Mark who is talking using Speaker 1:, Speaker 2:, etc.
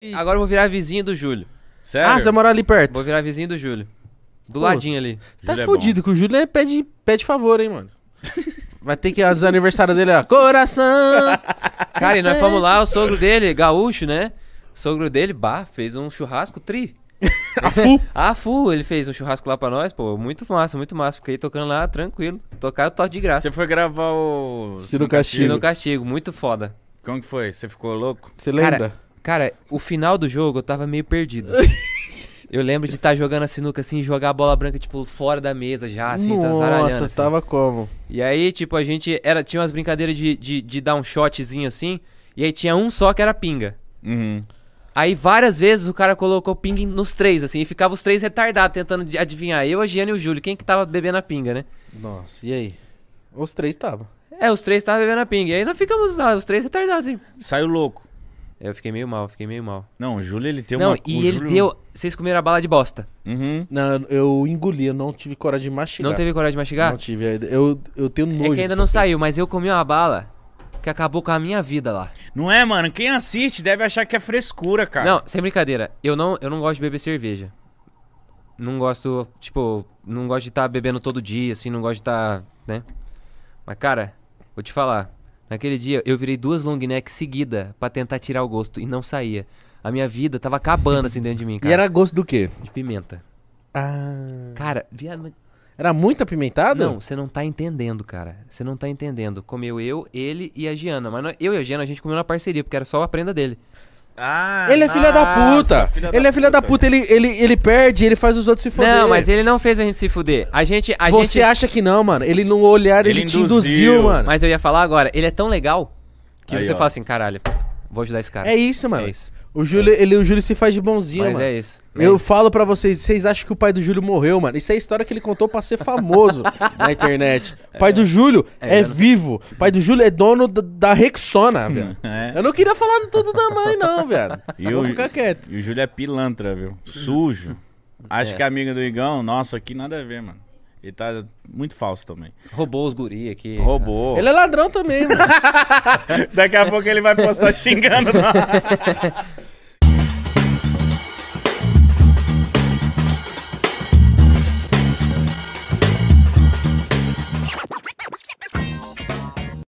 Speaker 1: Isso.
Speaker 2: Agora eu vou virar vizinho do Júlio.
Speaker 3: Sério?
Speaker 1: Ah, você mora ali perto.
Speaker 2: Vou virar vizinho do Júlio. Do
Speaker 1: Pô.
Speaker 2: ladinho ali.
Speaker 1: Tá
Speaker 3: Júlio é
Speaker 1: fudido, que o Júlio é pede, pede favor, hein, mano. Vai ter que os aniversários dele, ó. Coração! Ah,
Speaker 2: Cara, e nós
Speaker 1: Você-
Speaker 2: fomos lá, o sogro dele, gaúcho, né? O sogro dele, bah, fez um churrasco tri.
Speaker 1: Afu!
Speaker 2: Ah, fu, ele fez um churrasco lá pra nós, pô, muito massa, muito massa. Fiquei tocando lá, tranquilo. Tocar, eu toco de graça.
Speaker 3: Você foi gravar o.
Speaker 1: Ciro
Speaker 2: Tiro
Speaker 1: Castigo.
Speaker 2: no castigo, muito foda.
Speaker 3: Como que foi? Você ficou louco?
Speaker 1: Você lembra?
Speaker 2: Cara, o final do jogo eu tava meio perdido. Eu lembro de estar jogando a sinuca assim, e jogar a bola branca, tipo, fora da mesa já, assim, tá zaralhando.
Speaker 1: Nossa,
Speaker 2: assim.
Speaker 1: tava como?
Speaker 2: E aí, tipo, a gente era, tinha umas brincadeiras de, de, de dar um shotzinho assim, e aí tinha um só que era pinga.
Speaker 3: Uhum.
Speaker 2: Aí várias vezes o cara colocou pinga em- nos três, assim, e ficava os três retardados tentando de- adivinhar. Eu, a Giana e o Júlio, quem que tava bebendo a pinga, né?
Speaker 1: Nossa, e aí? Os três tava.
Speaker 2: É, os três estavam bebendo a pinga. E aí nós ficamos lá, os três retardados, assim.
Speaker 3: Saiu louco.
Speaker 2: Eu fiquei meio mal, fiquei meio mal.
Speaker 3: Não, o Júlio ele tem
Speaker 2: Não,
Speaker 3: uma. o
Speaker 2: e ele
Speaker 3: Júlio-
Speaker 2: deu. Vocês comeram a bala de bosta.
Speaker 3: Uhum.
Speaker 1: Não, eu engoli, eu não tive coragem de mastigar.
Speaker 2: Não teve coragem de mastigar?
Speaker 1: Não tive. é, Eu, eu tenho nojo.
Speaker 2: é que ainda
Speaker 1: dessas
Speaker 2: não
Speaker 1: coisas.
Speaker 2: saiu, mas eu comi uma bala que acabou com a minha vida lá.
Speaker 3: Não é, mano? Quem assiste deve achar que é frescura, cara.
Speaker 2: Não, sem brincadeira. Eu não, eu não gosto de beber cerveja. Não gosto, tipo, não gosto de estar bebendo todo dia, assim, não gosto de estar, né? Mas, cara, vou te falar. Naquele dia, eu virei duas long necks seguida pra tentar tirar o gosto e não saía. A minha vida tava acabando, assim, dentro de mim, cara.
Speaker 1: E era gosto do quê?
Speaker 2: De pimenta.
Speaker 1: Ah.
Speaker 2: Cara, viado, mas...
Speaker 1: Era muito apimentado?
Speaker 2: Não, você não tá entendendo, cara. Você não tá entendendo. Comeu eu, ele e a Giana. Mas nó- eu e a Giana, a gente comeu na parceria, porque era só a prenda dele.
Speaker 3: Ah,
Speaker 1: Ele é filha da
Speaker 3: nossa,
Speaker 1: puta. ele é filha da puta. Ele, ele, ele perde, ele faz os outros se foder.
Speaker 2: Não, mas ele não fez a gente se fuder. A gente... A
Speaker 1: Você
Speaker 2: gente...
Speaker 1: acha que não, mano? Ele no olhar, ele,
Speaker 3: Ele
Speaker 1: te induziu,
Speaker 3: induziu.
Speaker 1: mano.
Speaker 2: Mas eu ia falar agora, ele é tão legal que
Speaker 3: Aí,
Speaker 2: você
Speaker 3: ó.
Speaker 2: fala assim, caralho, vou ajudar esse cara.
Speaker 1: É isso, mano.
Speaker 2: É isso.
Speaker 1: O Júlio, ele, o Júlio se faz de bonzinho,
Speaker 2: Mas
Speaker 1: mano.
Speaker 2: é isso. É
Speaker 1: Eu
Speaker 2: isso.
Speaker 1: falo pra vocês, vocês acham que o pai do Júlio morreu, mano? Isso é a história que ele contou pra ser famoso na internet. Pai do Júlio é,
Speaker 2: É, eu não-
Speaker 1: vivo. Pai do Júlio é dono da, da Rexona, velho.
Speaker 3: É.
Speaker 1: Eu não queria falar tudo da mãe, não, velho.
Speaker 3: E
Speaker 1: Vou
Speaker 3: o-
Speaker 1: ficar quieto.
Speaker 3: E o Júlio é pilantra, viu? Sujo. Acho
Speaker 2: É.
Speaker 3: que é amiga do Igão, nossa, aqui nada a ver, mano. Ele tá muito falso também.
Speaker 2: Roubou os guri aqui.
Speaker 3: Roubou.
Speaker 1: Ele é ladrão também, mano.
Speaker 3: Daqui a pouco ele vai postar xingando.